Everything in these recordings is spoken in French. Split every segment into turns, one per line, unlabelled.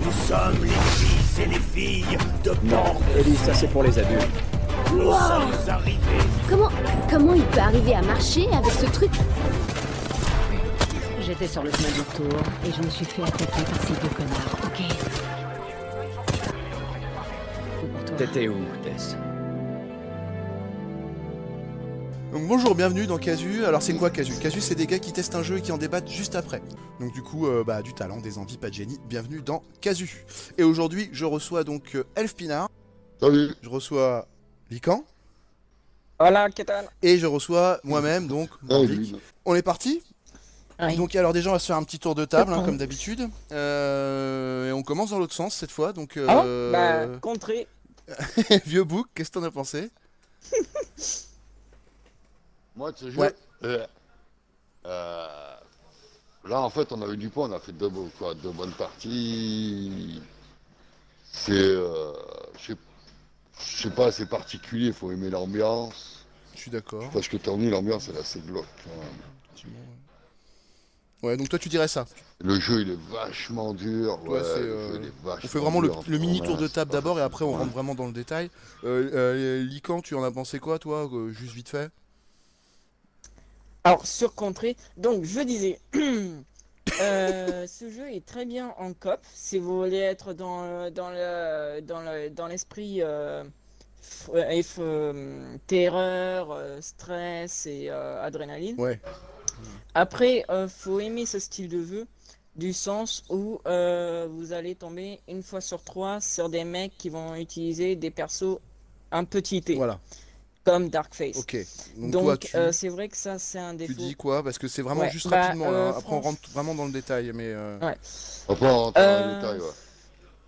Nous sommes les fils et les filles de
Non, Ellie, ça c'est pour les adultes.
Nous sommes arrivés.
Comment. Comment il peut arriver à marcher avec ce truc
J'étais sur le chemin du retour et je me suis fait attaquer par ces deux connards, ok C'est pour toi.
T'étais où, Tess
Donc bonjour, bienvenue dans Casu. Alors c'est quoi Casu Casu c'est des gars qui testent un jeu et qui en débattent juste après. Donc du coup, euh, bah, du talent, des envies, pas de génie. Bienvenue dans Casu. Et aujourd'hui, je reçois donc euh, Elf Pinard,
Salut.
je reçois Lican
Voilà, qu'est-ce que
et je reçois moi-même donc Mordic.
Salut.
On est parti
Oui.
Donc alors déjà on va se faire un petit tour de table hein, comme d'habitude. Euh, et on commence dans l'autre sens cette fois. Donc
Ah
euh,
Bah, contré.
vieux bouc, qu'est-ce que t'en as pensé
Moi, tu sais,
Ouais.
euh, euh, là, en fait, on a eu du poids, on a fait deux, bo- quoi, deux bonnes parties. C'est, euh, je sais- je sais pas, c'est particulier, faut aimer l'ambiance.
Je suis d'accord.
Parce que t'as mis l'ambiance, elle est assez glauque. quand même.
Ouais donc toi tu dirais ça.
Le jeu, il est vachement dur.
Ouais,
Ouais,
c'est,
le
euh,
jeu, il est
On
vachement
fait vraiment le,
dur,
le mini tour de
mince,
table
c'est pas
d'abord et
facile.
après on
Ouais.
rentre vraiment dans le détail. Euh, euh, Lican, tu en as pensé quoi toi euh, Juste vite fait
Alors, sur contré. Donc, je disais. euh, ce jeu est très bien en cop. Si vous voulez être dans, euh, dans, le, dans, le, dans l'esprit euh, f- euh, F- euh, terreur, euh, stress et euh, adrénaline.
Ouais.
Après, euh, faut aimer ce style de jeu, du sens où euh, vous allez tomber une fois sur trois sur des mecs qui vont utiliser des persos un petit T,
Voilà,
comme Darkface.
ok. Donc,
Donc,
toi tu,
euh, c'est vrai que ça, c'est un
tu
défaut.
dis quoi Parce que c'est vraiment
Ouais,
juste
bah,
rapidement là,
euh,
hein. après on
Franck-
rentre vraiment dans le détail. Mais euh,
Ouais.
Après, on rentre dans
Euh,
le détail, ouais.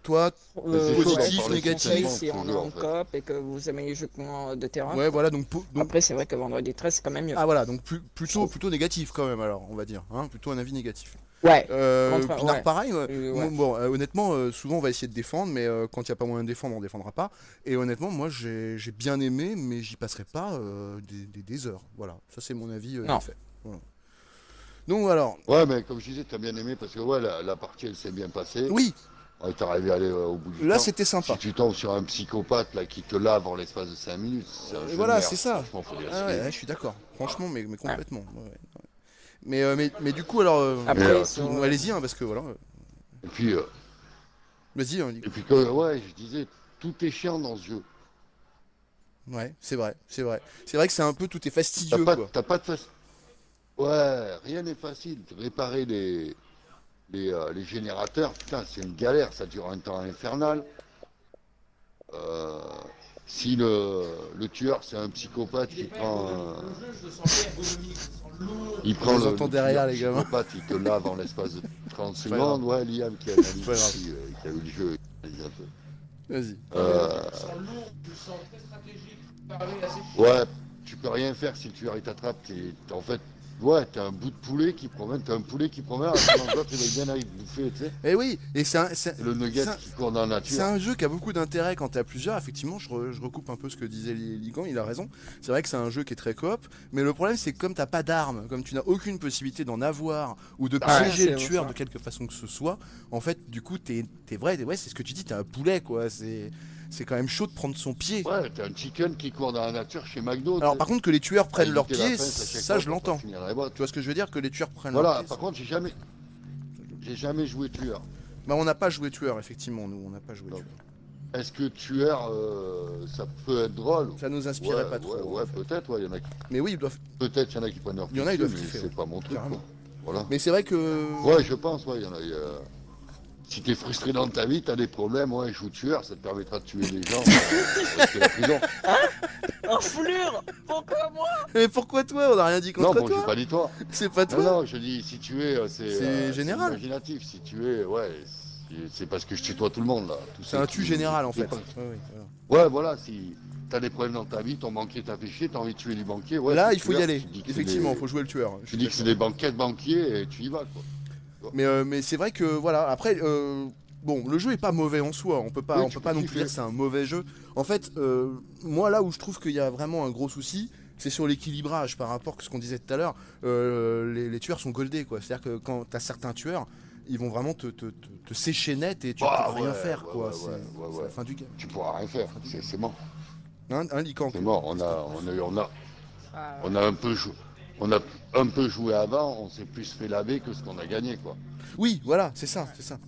toi,
Euh,
Positif,
ouais,
négatif.
conseil, Si on est
Toujours,
en
en fait.
coop et que vous aimez les jeux euh, de terrain.
ouais voilà donc, po- donc
Après, c'est vrai que Vendredi 13, c'est quand même mieux.
ah voilà donc plus- plutôt plutôt négatif quand même alors on va dire hein, plutôt un avis négatif.
Ouais.
Euh,
Contraire,
Pinard,
ouais.
pareil. ouais.
Euh,
Moi,
ouais.
Bon, euh, honnêtement, euh, souvent on va essayer de défendre, mais euh, quand il n'y a pas moyen de défendre, on défendra pas. Et honnêtement, moi j'ai j'ai bien aimé, mais j'y passerai pas euh, des, des- des heures. Voilà, ça c'est mon avis. euh,
Non.
fait. Voilà. Donc alors,
Ouais, mais comme je disais, t'as bien aimé parce que ouais, la, la partie, elle s'est bien passée.
oui,
Ouais, T'es arrivé à aller euh, au bout du
là
temps.
c'était sympa.
Si tu tombes sur un psychopathe là qui te lave en l'espace de 5 minutes, c'est un jeu de
voilà,
merde.
c'est ça.
Franchement, faut les
Ah ouais,
laisser.
ouais, je suis d'accord. Franchement, mais, mais complètement. ouais, ouais, ouais. Mais, euh, mais, mais du coup, alors, euh,
Après,
euh,
sur-
bon, allez-y, hein, parce que voilà. euh,
Et puis, euh,
Vas-y, hein, Nico.
et puis comme, ouais, je disais, tout est chiant dans ce jeu.
ouais, c'est vrai, c'est vrai. C'est vrai que c'est un peu tout est
T'as
fastidieux,
pas,
quoi.
t'as pas de facile. Ouais, rien n'est facile. Réparer les, les, euh, les générateurs, putain, c'est une galère. Ça dure un temps infernal. Euh, si le, le tueur, c'est un psychopathe qui prend. un- Il prend
On les
le,
entend
le
derrière,
tueur
les gamins.
psychopathe, il te lave en l'espace de 30
pas grave.
secondes. Ouais, Liam qui a,
pas grave.
qui, euh, qui a eu le jeu. il analyse un peu.
Vas-y.
Euh, Ouais, tu peux rien faire si le tueur il t'attrape. T'es- t'es- En fait, ouais, t'as un bout de poulet qui promène, t'as un poulet qui promène, alors l'autre il va bien aller te bouffer, tu sais.
Et Eh oui, et c'est un- c'est-
Et le nugget
c'est un-
qui court dans la
C'est
nature.
un jeu qui a beaucoup d'intérêt quand t'es à plusieurs. Effectivement, je, re- je recoupe un peu ce que disait Li- Ligan, il a raison. C'est vrai que c'est un jeu qui est très coop, mais le problème c'est que comme t'as pas d'armes, comme tu n'as aucune possibilité d'en avoir ou de
Ah ouais,
piéger le
c'est
tueur
vrai.
de quelque façon que ce soit, en fait, du coup, t'es t'es vrai, t'es- ouais, c'est ce que tu dis, t'es un poulet quoi. C'est c'est quand même chaud de prendre son pied.
Ouais, t'as un chicken qui court dans la nature chez McDo.
Alors par contre, que les tueurs prennent leur pied,
pieds,
ça je l'entends. Tu
Tu
vois ce que je veux dire Que les tueurs prennent
Voilà,
leur pied.
par contre, j'ai jamais. J'ai jamais joué tueur.
Bah, on n'a pas joué tueur, effectivement, nous, on n'a pas joué
Non.
tueur.
Est-ce que tueur, euh, ça peut être drôle
Ça nous
Ouais,
inspirait pas trop.
ouais,
en
ouais,
fait.
peut-être, ouais, il y en a qui...
Mais oui, ils doivent.
peut-être il y en a qui prennent leur
Il y en a, ils
pied,
doivent
mais
kiffer,
c'est pas mon truc.
carrément.
quoi. Voilà.
Mais c'est vrai que.
Ouais, je pense, ouais, il y en a. euh, Si t'es frustré dans ta vie, t'as des problèmes, ouais, joue tueur, ça te permettra de tuer des gens. euh, parce que la prison.
En foulure Pourquoi moi
Mais pourquoi toi On n'a rien dit
Non,
contre
bon,
toi.
j'ai pas dit toi.
C'est pas
Non,
toi.
non, je dis si tu es, euh, c'est.
C'est
euh,
général.
Imaginatif, si tu es, ouais, c'est- c'est parce que je tutoie tout le monde là. Tous
C'est
ceux
un
qui-
tu général en
qui-
fait. Ouais, ouais, voilà.
Ouais, voilà, si t'as des problèmes dans ta vie, ton banquier t'a fait chier, t'as envie de tuer du banquier, ouais.
Là,
c'est
il faut y
tueur,
aller.
tu dis que c'est
Effectivement,
des-
faut jouer le tueur. hein, Je
Tu
suis
dis que c'est
d'accord.
des banquettes banquiers et tu y vas, quoi.
Mais euh, mais c'est vrai que voilà. Après, euh, bon, le jeu est pas mauvais en soi. On peut pas,
Oui,
on
tu
peut
peux
pas non
kiffer.
plus dire que c'est un mauvais jeu. En fait, euh, moi là où je trouve qu'il y a vraiment un gros souci. C'est sur l'équilibrage par rapport à ce qu'on disait tout à l'heure. euh, les, les tueurs sont goldés, quoi. C'est-à-dire que quand t'as certains tueurs, ils vont vraiment te, te, te- te sécher net et tu
Ah,
peux rien
ouais,
faire,
ouais,
quoi.
ouais,
c'est
ouais, ouais,
c'est
ouais.
la fin du game.
Tu pourras rien faire, c'est c'est mort.
Hein, hein, Lican
C'est mort, on a, on a, on a, on a un peu joué. On a un peu joué avant, on s'est plus fait laver que ce qu'on a gagné quoi.
Oui, voilà, c'est ça, c'est ça.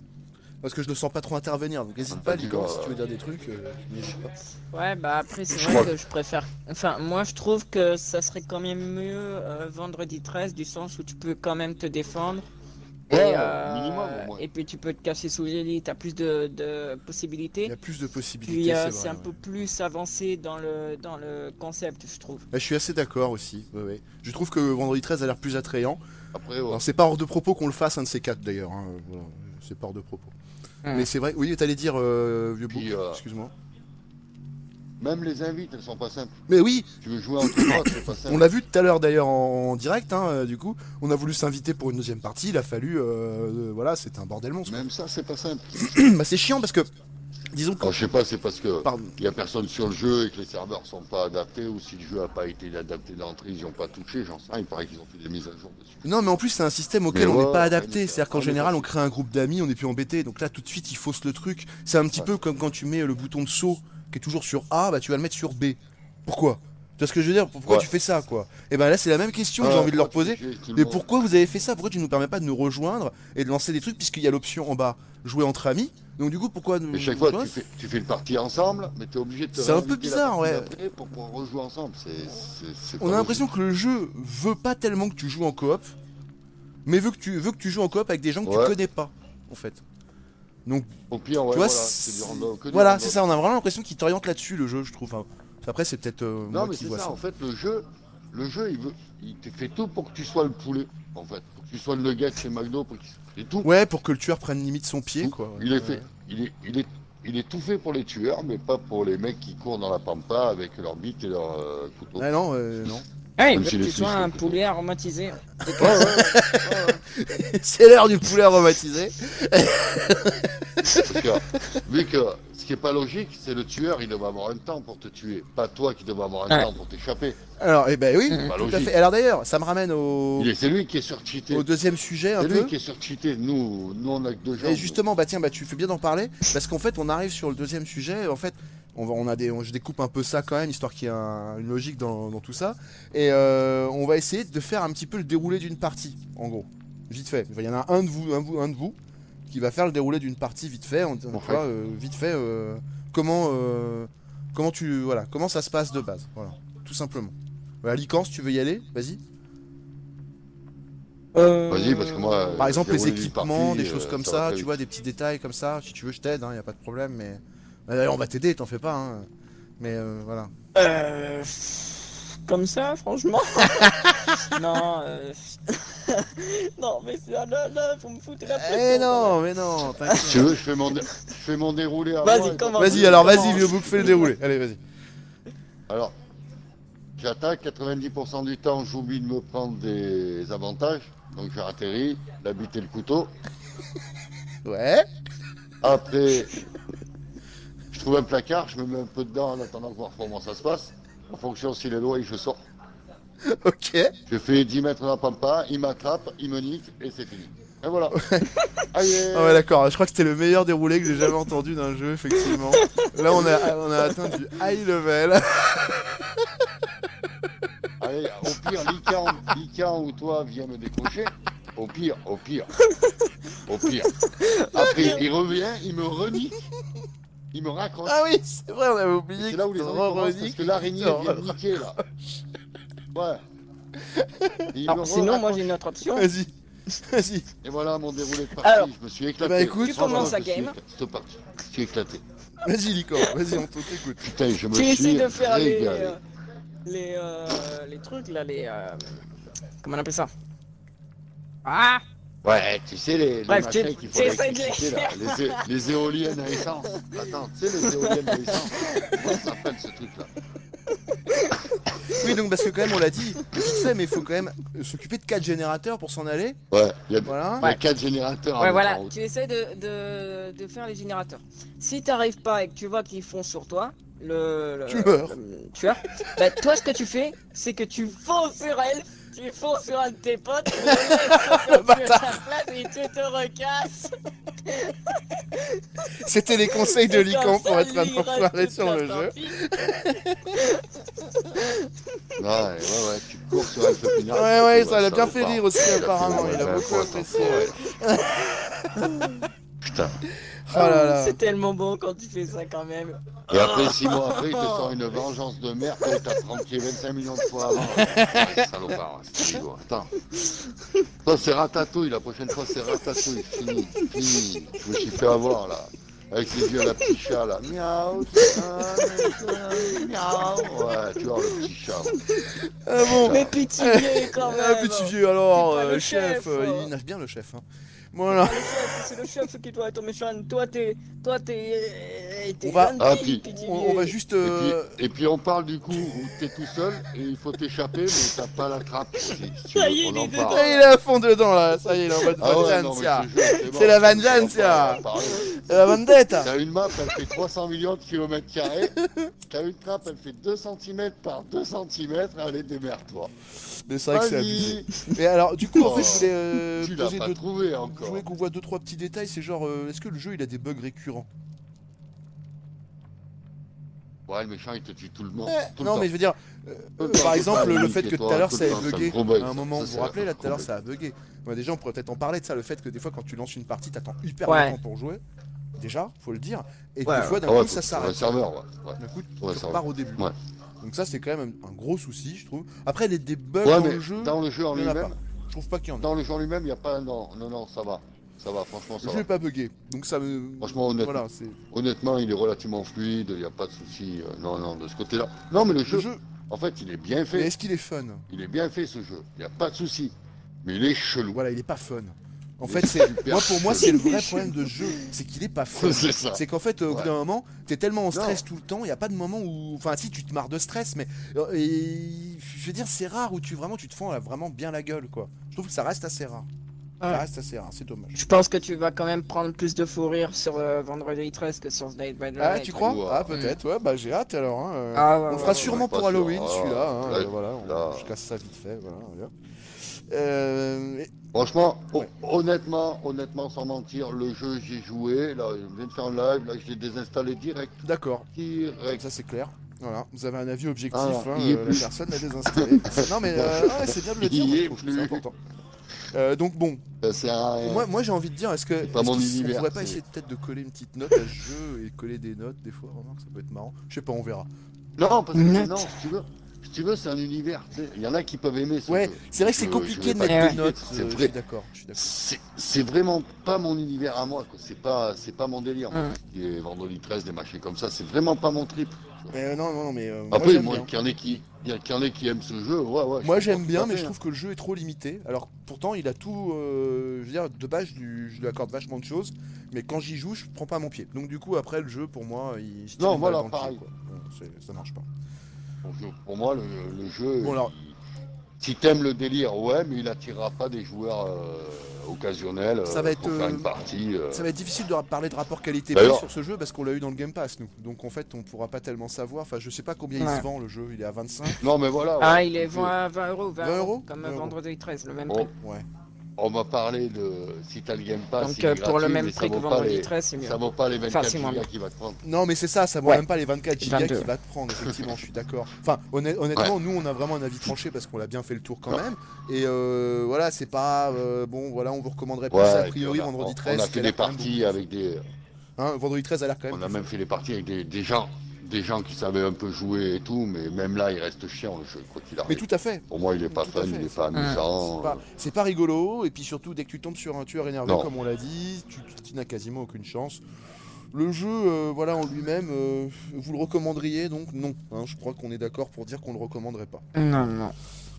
Parce que je ne sens pas trop intervenir, donc n'hésite
Ah,
pas,
tu
Lican,
vas-
si tu veux dire des trucs. euh, mais je sais pas.
Ouais, bah après, c'est
Je
vrai
crois-
que je préfère. Enfin, moi, je trouve que ça serait quand même mieux euh, vendredi 13, du sens où tu peux quand même te défendre.
Ouais,
et, euh,
minimum au moins.
et puis, tu peux te casser sous les lits, t'as plus de, de
Il
possibilités.
y a plus de possibilités,
Puis, euh,
c'est
c'est
vrai.
un
ouais.
peu plus avancé dans le, dans le concept, je trouve.
Bah, je suis assez d'accord aussi. ouais, ouais. Je trouve que Vendredi 13 a l'air plus attrayant.
Après, oh, ouais.
Alors, c'est pas hors de propos qu'on le fasse, un de ces quatre d'ailleurs. hein, voilà, C'est pas hors de propos.
Hmm.
Mais c'est vrai, oui, t'allais dire, euh, vieux bouc,
Puis, euh,
excuse-moi.
même les invites, elles sont pas simples.
Mais oui,
Tu veux jouer en tournoi, c'est pas
On
simple.
l'a vu tout à l'heure d'ailleurs en, en direct, hein, euh, du coup, on a voulu s'inviter pour une deuxième partie, il a fallu, euh, euh, voilà, c'était un bordel monstre.
Même ça, c'est pas simple.
bah, c'est chiant parce que, disons que,
Alors, je sais pas, c'est parce que
pardon,
il y a personne sur le jeu et que les serveurs sont pas adaptés ou si le jeu a pas été adapté d'entrée, ils ont pas touché, j'en sais rien. Il paraît qu'ils ont fait des mises à jour dessus.
non mais en plus c'est un système auquel
Mais
on n'est
ouais,
pas
ouais,
adapté,
mais-
c'est-à-dire qu'en
ouais, mais-
général on crée un groupe d'amis, on n'est plus embêté, donc là tout de suite il fausse le truc, c'est un petit
Ouais.
peu comme quand tu mets le bouton de saut qui est toujours sur A, bah tu vas le mettre sur B. Pourquoi Tu vois ce que je veux dire Pourquoi
Ouais.
tu fais ça quoi Et ben là c'est la même question que
Ah,
j'ai envie de leur
pourquoi
poser,
tu fais tout le
Mais
monde
pourquoi vous avez fait ça Pourquoi tu nous permets pas de nous rejoindre et de lancer des trucs puisqu'il y a l'option en bas jouer entre amis Donc du coup pourquoi nous
Et chaque
tu
fois,
vois,
tu fais, tu fais le parti ensemble, mais t'es obligé de te
Mm, C'est un
réinviter
peu bizarre,
la partie
ouais.
d'après Pour pouvoir rejouer ensemble, c'est. c'est- c'est
On
pas
a l'impression que le jeu veut pas tellement que tu joues en coop, mais veut que tu veut que tu joues en coop avec des gens que
Ouais.
tu connais pas en fait. Donc
logique. Au pire, ouais,
tu vois
voilà, c'est
c'est-
du random, que du
voilà,
random.
c'est ça, on a vraiment l'impression qu'il t'oriente là-dessus le jeu, je trouve. Enfin, après c'est peut-être euh,
Non,
moi
mais
qui
c'est
vois
ça,
ça.
en fait, le jeu, le jeu, il veut, il te fait tout pour que tu sois le poulet, en fait, pour que tu sois le nugget chez McDo, pour que tu- il est tout.
Ouais, pour que le tueur prenne limite son pied
tout.
quoi. ouais.
il est
Ouais.
fait, il est, il est, il est tout fait pour les tueurs, mais pas pour les mecs qui courent dans la pampa avec leur bite et leur euh, couteau.
Ah non, euh, non.
Ouais,
Même
il veut
si
que
les
tu sois
filles,
un
c'est-
poulet aromatisé.
Ouais, ouais, ouais,
c'est l'heure du poulet aromatisé.
parce que, vu que ce qui est pas logique, c'est le tueur, il devrait avoir un temps pour te tuer, pas toi qui devrais avoir un
Ouais.
temps pour t'échapper.
Alors, eh ben oui,
Mhm.
Pas
tout à
Bah, logique.
fait. Alors d'ailleurs, ça me ramène au,
Il est- C'est lui qui est surcheaté.
au deuxième sujet un
C'est
peu.
lui qui est surcheaté. Nous, nous, on a que deux gens.
Et justement, bah tiens, bah tu fais bien d'en parler, parce qu'en fait, on arrive sur le deuxième sujet. En fait, on va, on a des, on- je découpe un peu ça quand même, histoire qu'il y ait un- une logique dans, dans tout ça. Et euh, on va essayer de faire un petit peu le déroulé d'une partie, en gros, vite fait. Il y en a un de vous, un, vous- un de vous, qui va faire le déroulé d'une partie vite fait. On, tu
Ouais.
vois, euh, vite fait, euh, comment, euh, comment tu, voilà, comment ça se passe de base, voilà, tout simplement. Voilà, Lican, si tu veux y aller, vas-y.
Euh,
Vas-y, parce que moi.
Par
euh,
exemple, les
dérouler une
équipements,
partie,
des
euh,
choses comme
va
ça,
très
tu
vite.
vois, des petits détails comme ça. Si tu veux, je t'aide, hein, y a pas de problème, mais. Bah, D'ailleurs, on va t'aider, t'en fais pas, hein. Mais euh, voilà.
Euh, comme ça, franchement. non, euh... non, mais c'est- là, là, là, vous me foutez la pression.
Eh
quand même.
non, mais non, t'inquiète.
Si tu veux, je fais mon, dé- je fais mon déroulé à
Vas-y,
moi, et
commence.
t'as-
Vas-y, hein. alors vas-y,
Comment
vieux bouc, fais le déroulé. Allez, vas-y.
Alors, j'attaque 90% du temps, j'oublie de me prendre des avantages. Donc, j'ai atterri, la bite et le couteau.
Ouais.
Après, je trouve un placard, je me mets un peu dedans en attendant de voir comment ça se passe. En fonction s'il est loin, je sors.
Ok.
Je fais 10 mètres dans la pampa, il m'attrape, il me nique et c'est fini. Et voilà. Allez.
Ah ouais, d'accord. Je crois que c'était le meilleur déroulé que j'ai jamais entendu d'un jeu, effectivement. Là, on a, on a atteint du high level.
Allez, au pire, Lican, Lican ou toi viens me décrocher. Au pire, au pire. Au pire. Après, il revient, il me renique. Il me raccroche.
Ah oui, c'est vrai, on avait oublié
C'est
que
là où les
c'était
ennuis
vraiment
commencent parce
ironique.
que l'araignée vient me niquer, là. Ouais. Et il me
Alors, Ah, sinon, moi
re-raccroche.
j'ai une autre option.
Vas-y. Vas-y.
Et voilà mon déroulé de partie.
Alors,
je me suis éclaté.
bah, écoute, Tu
Franchement,
commences la
je me suis
game.
éclaté. Cette partie, je me suis éclaté.
Vas-y, Licor. Vas-y, on t'écoute.
Putain, je me
J'ai
suis
essayé de faire bah, les,
régalé.
euh, les, euh, les trucs là, les. euh, Comment on appelle ça Ah
Ouais, tu sais, les, les
Bref,
machins
tu-
qu'il
tu
faut
essaies de les
électricité, là, les, é- les éoliennes à essence. Attends, tu sais, les éoliennes à essence. Comment ça s'appelle ce truc-là
Oui, donc parce que quand même, on l'a dit, vite fait, mais il faut quand même s'occuper de quatre générateurs pour s'en aller.
Ouais, il y a
Voilà.
il y a quatre générateurs. à
Ouais,
mettre
voilà,
en route.
tu essaies de, de, de faire les générateurs. Si t'arrives pas et que tu vois qu'ils font sur toi, le. le
Tu meurs.
le tueur, bah, toi, ce que tu fais, c'est que tu fonces sur elle, tu fonces sur un de tes potes, tu le mets à sa place et tu te recasses.
C'était les conseils de
Et comme
Lican pour
ça,
être un
lui, il reste
enfoiré sur le
plein
jeu.
tapis.
Ouais, ouais, ouais, tu cours sur un topinard.
Ouais, ouais,
tu
ça l'a
vois,
bien
ou
fait
pas.
rire aussi, apparemment.
Ouais,
Il a
ouais,
beaucoup
ouais,
apprécié.
ouais. Putain.
Oh là là.
C'est tellement bon quand tu fais ça quand même.
Et après, six mois après, il te sort une vengeance de merde que t'as tranquille 25 millions de fois avant. Ouais, salopard, c'est rigolo. Attends. Toi, c'est ratatouille, la prochaine fois, c'est ratatouille. Fini, fini. Je me suis fait avoir, là. Avec ses yeux à la petite chat, là. Miaou, miaou, miaou. Ouais, tu vois, le petit chat.
Ah bon
Mais pitié quand
Ah,
même.
petit vieux, alors,
C'est pas
euh,
le
chef,
chef,
euh,
hein.
il nage bien le chef. hein. Voilà.
Ah, le chef, C'est le chef qui doit être méchant. Toi, t'es. Toi, t'es. eh, t'es
On va-
gentil,
Ah, puis,
petit
On, on va
vieux.
juste.
Et puis,
euh,
et puis, on parle du coup où t'es tout seul et il faut t'échapper, mais t'as pas la trappe. Si, si tu
Ça
veux
y est,
qu'on en
il est
parle.
dedans.
Ah, il est à fond dedans là, ça y est, il est en mode
Ah ouais, non,
vengeance,
mais
ya.
je te jure,
C'est la
bon, on va
vengeance,
pas
ya.
en parler.
La vendetta
T'as une map, elle fait 300 millions de kilomètres carrés. T'as une trappe, elle fait 2 cm par 2 cm. Allez, démerde-toi.
Mais c'est vrai que c'est abusé.
Vas-y.
Mais alors, du coup, en fait,
Oh,
je voulais euh,
Tu l'as
poser
pas
deux.
trouvé
Je voulais
encore.
qu'on voit deux trois petits détails. C'est genre, euh, est-ce que le jeu il a des bugs récurrents
Ouais, le méchant, il te tue tout le monde. tout le
Eh, Non,
temps.
mais je veux dire, euh,
Peu
par
importe,
exemple,
pas
le
lui,
fait
c'est
que tout
Bah, toi,
à l'heure
le
ça ait
temps, me
bugué.
rebug,
À un
ça,
moment,
ça,
vous
c'est
vous
la
rappelez là tout à l'heure,
rebug.
ça a bugué. Ouais, déjà, on pourrait peut-être en parler de ça, le fait que des fois, quand tu lances une partie, t'attends hyper
Ouais.
longtemps pour jouer. Déjà, faut le dire. Et que
Ouais,
des fois, d'un
Ah ouais,
coup, ça
faut- sur le
s'arrête.
serveur, ouais. ouais.
D'un coup,
Ouais,
tu
ça
repars au début.
Ouais.
Donc ça, c'est quand même un un gros souci, je trouve. Après, les des bugs
Ouais,
dans
mais
le jeu,
dans le jeu en
il y en a pas.
lui-même,
je trouve pas qu'il y en a.
dans le jeu en lui-même, il n'y a pas. Non, non, non, ça va. Ça va, franchement,
Le
ça
jeu
va.
est pas bugué, donc ça me...
Franchement, honnêtement,
Voilà, c'est...
honnêtement, il est relativement fluide, il n'y a pas de souci. euh, Non, non, de ce côté-là. Non, mais le
Le
jeu,
jeu,
en fait, il est bien
mais
fait.
est-ce qu'il est fun
Il est bien fait ce jeu, il n'y a pas de souci. Mais il est chelou.
Voilà, il est pas fun. En
Il
fait,
est
c'est...
super
Moi, pour moi, c'est
chelou.
le vrai problème de ce jeu, c'est qu'il est pas fun.
C'est ça.
C'est qu'en fait, euh, au bout
Ouais.
d'un moment, t'es tellement en stress
Non.
tout le temps, il y a pas de moment où... Enfin, si, tu te marres de stress, mais... euh, et- Je veux dire, c'est rare où tu, vraiment, tu te fends là, vraiment bien la gueule, quoi. Je trouve que ça reste assez rare. Ça
Ouais.
reste assez rare, c'est dommage.
Je pense que tu vas quand même prendre plus de fou rire sur euh, Vendredi 13 que sur Night by Night.
Ah, tu crois
Ouah.
Ah, peut-être, ouais, bah j'ai hâte alors. hein, euh.
Ah, ouais,
on
ouais,
fera
ouais.
sûrement pour
pas sûr.
Halloween
Ah,
celui-là. hein,
là,
euh, voilà, on-
là.
je casse ça vite fait. Voilà, voilà. Euh, et-
Franchement, hon-
Ouais.
honnêtement, honnêtement, sans mentir, le jeu, j'ai joué. Là, je viens de faire un live, là, je l'ai désinstallé direct.
D'accord,
Direct.
ça c'est clair. Voilà, vous avez un avis objectif.
Ah,
hein,
il y est
euh, la
plus.
personne l'a désinstallé. non mais euh, ouais, c'est bien de le
Il
dire, moi,
y
je
est
trouve,
plus.
c'est important. Euh, donc bon,
Ça sert à rien.
moi, moi j'ai envie de dire, est-ce que
pas mon
est-ce qu'on
univers,
pourrait pas
Euh, c'est-
essayer peut-être de coller une petite note à ce jeu et coller des notes des fois, remarque, ça peut être marrant. Je sais pas, on verra.
Non, parce
Net.
que non, si tu veux, si tu veux, c'est un univers. tu sais. Il y en a qui peuvent aimer ce
Ouais,
jeu.
c'est vrai que c'est
Je-
compliqué
je
de
vais pas
mettre des
critiquer,
notes.
C'est
euh, je suis
vrai.
d'accord, je suis d'accord.
C'est c'est vraiment pas mon univers à moi. quoi. C'est pas, c'est pas mon délire.
Ouais.
Des vendredi 13, des machins comme ça, c'est vraiment pas mon trip.
Mais euh, non, non, non, mais euh, moi,
Après,
j'aime
moi,
bien.
qu'il y en ait qui, il y a- qu'il y en ait qui aiment ce jeu, ouais, ouais. je
Moi
comprends
j'aime
tout
bien,
à
mais
fait,
je
hein.
trouve que le jeu est trop limité. Alors pourtant il a tout, euh, je veux dire, de base je lui, je lui accorde vachement de choses, mais quand j'y joue je prends pas mon pied. Donc du coup après le jeu pour moi il se tire
Non,
une balle
voilà,
dans le pied,
pareil.
quoi. Bon, c'est- ça marche pas.
Pour, pour moi, le, le jeu,
Bon, alors-
il- si t'aimes le délire, ouais, mais il attirera pas des joueurs euh, occasionnels.
Ça
euh,
va être,
pour faire
euh,
une partie. euh,
Ça va être difficile de ra- parler de rapport qualité-prix
D'ailleurs-
sur ce jeu parce qu'on l'a eu dans le Game Pass nous. Donc en fait on pourra pas tellement savoir. Enfin je sais pas combien il
Ouais.
se vend le jeu, il est à 25.
Non, mais voilà.
Ah,
ouais.
il est
Donc,
20, 20 euros, 20
20 euros
euros, comme
20 euros.
Vendredi 13, le même
Bon,
prix.
Ouais.
On m'a parlé de si t'as le Game Pass.
Donc
il est
euh, pour le
ah, gratuit,
même
mais ça
prix que
vaut pas
Vendredi
les-
13, c'est mieux.
Ça vaut pas les
Enfin,
24
c'est moins
gigas
bien.
qui va te prendre.
Non mais c'est ça, ça vaut
Ouais.
même pas les 24 gigas
22.
qui va te prendre, effectivement, je suis d'accord. Enfin, honnêt- honnêtement, nous on a vraiment un avis tranché parce qu'on l'a bien fait le tour quand
Ouais.
même. Et euh, voilà, c'est pas... euh, bon, voilà, on vous recommanderait plus
Ouais,
a
et puis
priori
on a-
vendredi
on-
13.
On a
qui a
fait des
l'air quand même
parties avec des.
beaucoup. Hein, vendredi 13 a l'air quand
On
même...
a même fait des parties avec des, des gens. Des gens qui savaient un peu jouer et tout, mais même là, il reste chiant le jeu, quoi qu'il
Mais
arrive.
tout à fait.
Pour moi, il est pas
tout à
fun,
fait,
il est
c'est-
pas
Hum.
amusant.
C'est pas, c'est pas rigolo, et puis surtout, dès que tu tombes sur un tueur énervé,
Oh. Non.
comme on l'a dit, tu, tu n'as quasiment aucune chance. Le jeu, euh, voilà, en lui-même, euh, vous le recommanderiez donc Non. hein, je crois qu'on est d'accord pour dire qu'on le recommanderait pas.
Non, non.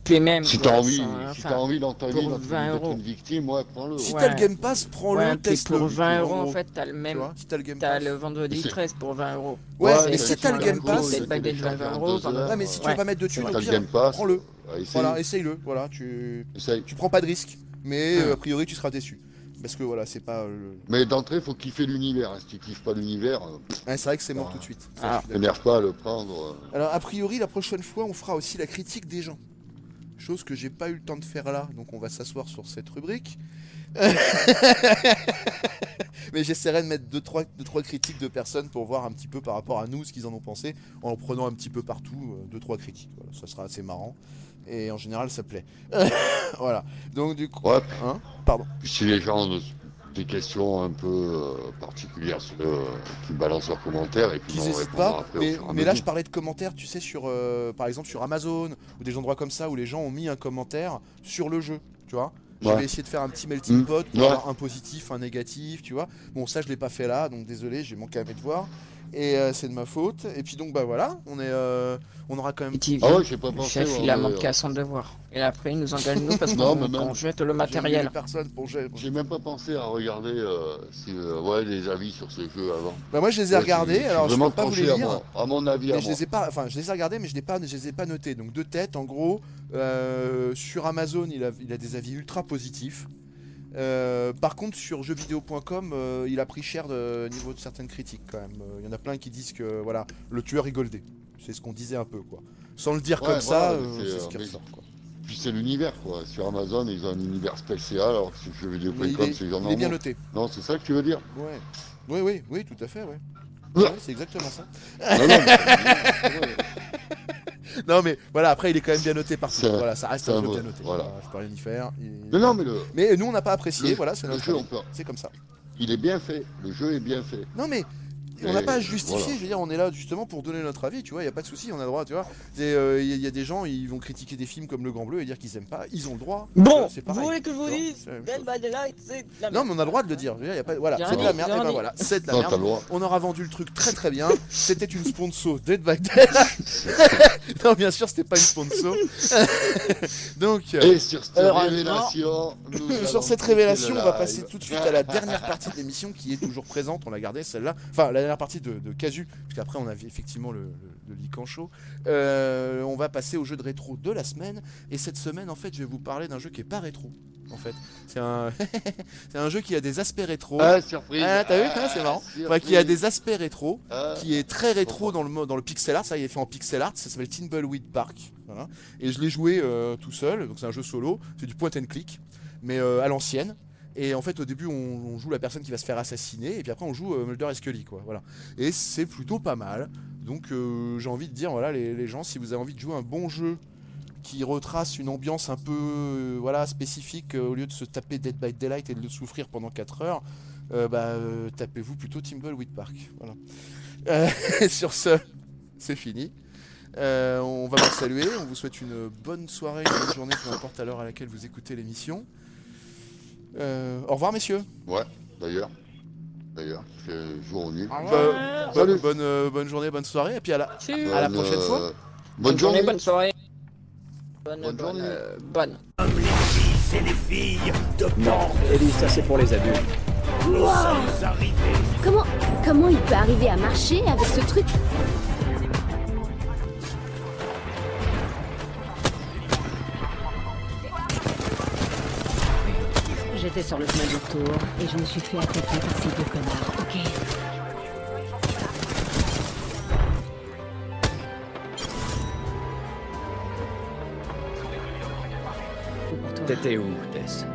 Puis même.
Si
quoi,
t'as envie,
ça,
si
enfin,
t'as envie dans ta vie
pour
d'être
20
une- d'être
euros.
une victime, ouais, prends-le.
Si
Ouais.
t'as le Game Pass, prends-le,
ouais, puis
teste-le.
pour 20 euros,
En
en
gros,
fait, t'as le
tu
même.
vois, si t'as le Game
T'as
Pass.
le Vendredi
C'est-
13 pour 20 euros.
Ouais,
Ouais,
mais si t'as le Game
exactement,
Pass,
c'est- baguette de 20 euros,
ouais, mais si tu veux
Ouais.
pas mettre de
tu
thune,
as
au
le
pire,
Game Pass,
prends-le.
ouais, essaye,
Voilà, essaye-le. Voilà, tu,
essaye.
tu prends pas de risque, mais
Ouais.
euh, a priori, tu seras déçu. Parce que voilà, c'est pas. euh, le-
Mais d'entrée, faut kiffer l'univers. hein. Si tu kiffes pas l'univers, euh, pff,
Ouais, c'est vrai que c'est mort
Ah.
tout de suite. Ça, je suis
Ah.
d'accord.
t'énerve pas à le prendre. euh.
Alors, a priori, la prochaine fois, on fera aussi la critique des gens. chose que j'ai pas eu le temps de faire là, donc on va s'asseoir sur cette rubrique. Mais j'essaierai de mettre 2-3 deux, trois, deux, trois critiques de personnes pour voir un petit peu par rapport à nous ce qu'ils en ont pensé, en prenant un petit peu partout 2-3 critiques. Voilà, ça sera assez marrant. Et en général, ça plaît. voilà. Donc, du coup.
Ouais.
Hein Pardon.
Puis si les gens ont des- des questions un peu euh, particulières, euh, qui balancent leurs commentaires et puis
qu'ils
on
hésitent
répondra
pas.
après au
Mais,
fur et à
mais là, je
mesure.
parlais de commentaires, tu sais, sur, euh, par exemple sur Amazon ou des endroits comme ça où les gens ont mis un commentaire sur le jeu, tu vois. Je
Ouais.
vais essayer de faire un petit melting
Mm.
pot pour
Ouais.
avoir un positif, un négatif, tu vois. Bon, ça, je l'ai pas fait là, donc désolé, j'ai manqué à mes devoirs. Et euh, c'est de ma faute. Et puis donc, bah voilà, on est, euh, on aura quand même.
Petit
Ah ouais, j'ai pas
le
pensé.
chef,
ouais,
il a
mais,
manqué
euh,
à son devoir. Et après, il nous engage nous parce
Non,
qu'on
mais même-
qu'on jette le
j'ai mis
matériel.
les personnes pour gérer-
J'ai même pas pensé à regarder euh, si, euh, ouais, les avis sur ce jeu avant.
Bah moi, je les ai
Ouais,
regardés.
suis
Alors, je
vraiment
peux pas vous les
tranché à
lire.
mon- À mon avis, à
Mais je
moi.
les ai pas, enfin je les ai regardés, mais je, n'ai pas, je les ai pas notés. Donc deux têtes, en gros, euh, sur Amazon, il a, il a des avis ultra positifs. Euh, par contre, sur jeuxvideo.com, euh, il a pris cher de au niveau de certaines critiques quand même. Euh, Il y en a plein qui disent que voilà, le tueur est goldé. C'est ce qu'on disait un peu quoi. Sans le dire
Ouais,
comme ça,
voilà,
euh,
c'est,
c'est
euh,
ce qui
mais-
ressort quoi.
Puis c'est l'univers quoi. Sur Amazon, ils ont un univers spécial, alors que sur
Mais il
jeuxvideo.com,
est,
c'est genre
il est bien
normal.
noté.
Non, c'est ça que tu veux dire
Ouais. Oui, oui, oui, tout à fait, ouais.
Ouais.
Ouais, c'est exactement ça.
Non, non, mais- ouais.
Non, mais voilà, après, il est quand même bien noté partout.
C'est-
Voilà, ça reste
c'est
un
un
jeu
mot,
bien noté.
voilà.
je peux rien y faire. Il-
Non, non, mais le,
Mais nous, on n'a pas apprécié,
Le-
voilà, c'est
le
notre
jeu,
avis.
on peut-
C'est comme ça.
il est bien fait. Le jeu est bien fait.
Non, mais on n'a
Et
pas à justifier,
voilà.
je veux dire, on est là justement pour donner notre avis, tu vois, il n'y a pas de souci, on a le droit, tu vois. Il y, y a des gens, ils vont critiquer des films comme Le Grand Bleu et dire qu'ils aiment pas, ils ont le droit. Euh,
Bon,
c'est
vous
pareil.
voulez que je vous
Non,
dise
c'est la même
Dead
chose.
by Daylight, c'est de la
Non,
merde.
mais on a le droit de le dire, je veux dire, y a pas... voilà,
J'ai
c'est de la
envie,
merde,
j'ai
et ben
envie.
voilà, c'est de la
Non, t'as le
merde.
droit.
On aura vendu le truc très très bien, c'était une sponsor, Dead by Daylight. non, bien sûr, c'était pas une sponsor. Donc, euh,
Et sur cette
Heureusement.
révélation, nous allons
Sur cette révélation, on
quitter le
va
live. Ah,
passer tout de suite à la dernière partie de l'émission qui est toujours présente. On l'a gardée celle-là. Enfin, la dernière partie de, de Casu, parce qu'après on avait effectivement le, le, le Lican Show. Euh, on va passer au jeu de rétro de la semaine. Et cette semaine, en fait, je vais vous parler d'un jeu qui est pas rétro. En fait, c'est un, c'est un jeu qui a des aspects rétro.
Ah, surprise. Ah,
Ah, t'as vu, hein, c'est marrant. Enfin, qui a des aspects rétro, qui est très rétro dans le, mo- dans le pixel art. Ça, il est fait en pixel art. Ça s'appelle Timbleweed Park. Voilà. Et je l'ai joué euh, tout seul. Donc, c'est un jeu solo. C'est du point and click, mais euh, à l'ancienne. Et en fait, au début, on, on joue la personne qui va se faire assassiner. Et puis après, on joue euh, Mulder et Scully. Quoi, voilà. Et c'est plutôt pas mal. Donc, euh, j'ai envie de dire, voilà, les, les gens, si vous avez envie de jouer un bon jeu qui retrace une ambiance un peu euh, voilà, spécifique, euh, au lieu de se taper Dead by Daylight et de le souffrir pendant 4 heures, euh, bah, euh, tapez-vous plutôt Timbleweed Park. Voilà. Euh, sur ce, c'est fini. Euh, on va vous saluer, on vous souhaite une bonne soirée, une bonne journée, peu importe à l'heure à laquelle vous écoutez l'émission. Euh, au revoir messieurs.
Ouais, d'ailleurs. D'ailleurs, c'est jour ou nuit.
Au
Bah,
revoir.
Bonne,
Salut.
bonne, euh, bonne journée, bonne soirée, et puis à la,
Tchuss.
à la
Bonne,
prochaine
euh,
fois.
Bonne journée.
Bonne soirée. Bonne,
Bonne
bonne,
journée.
euh, bonne.
Comme les fils et les filles de
Non,
Porte,
Ellie, ça c'est pour les adultes.
nous sommes arrivés.
Comment, comment il peut arriver à marcher avec ce truc
J'étais sur le chemin du retour et je me suis fait attaquer par ces deux connards. Ok. Pour toi.
T'étais où, Tess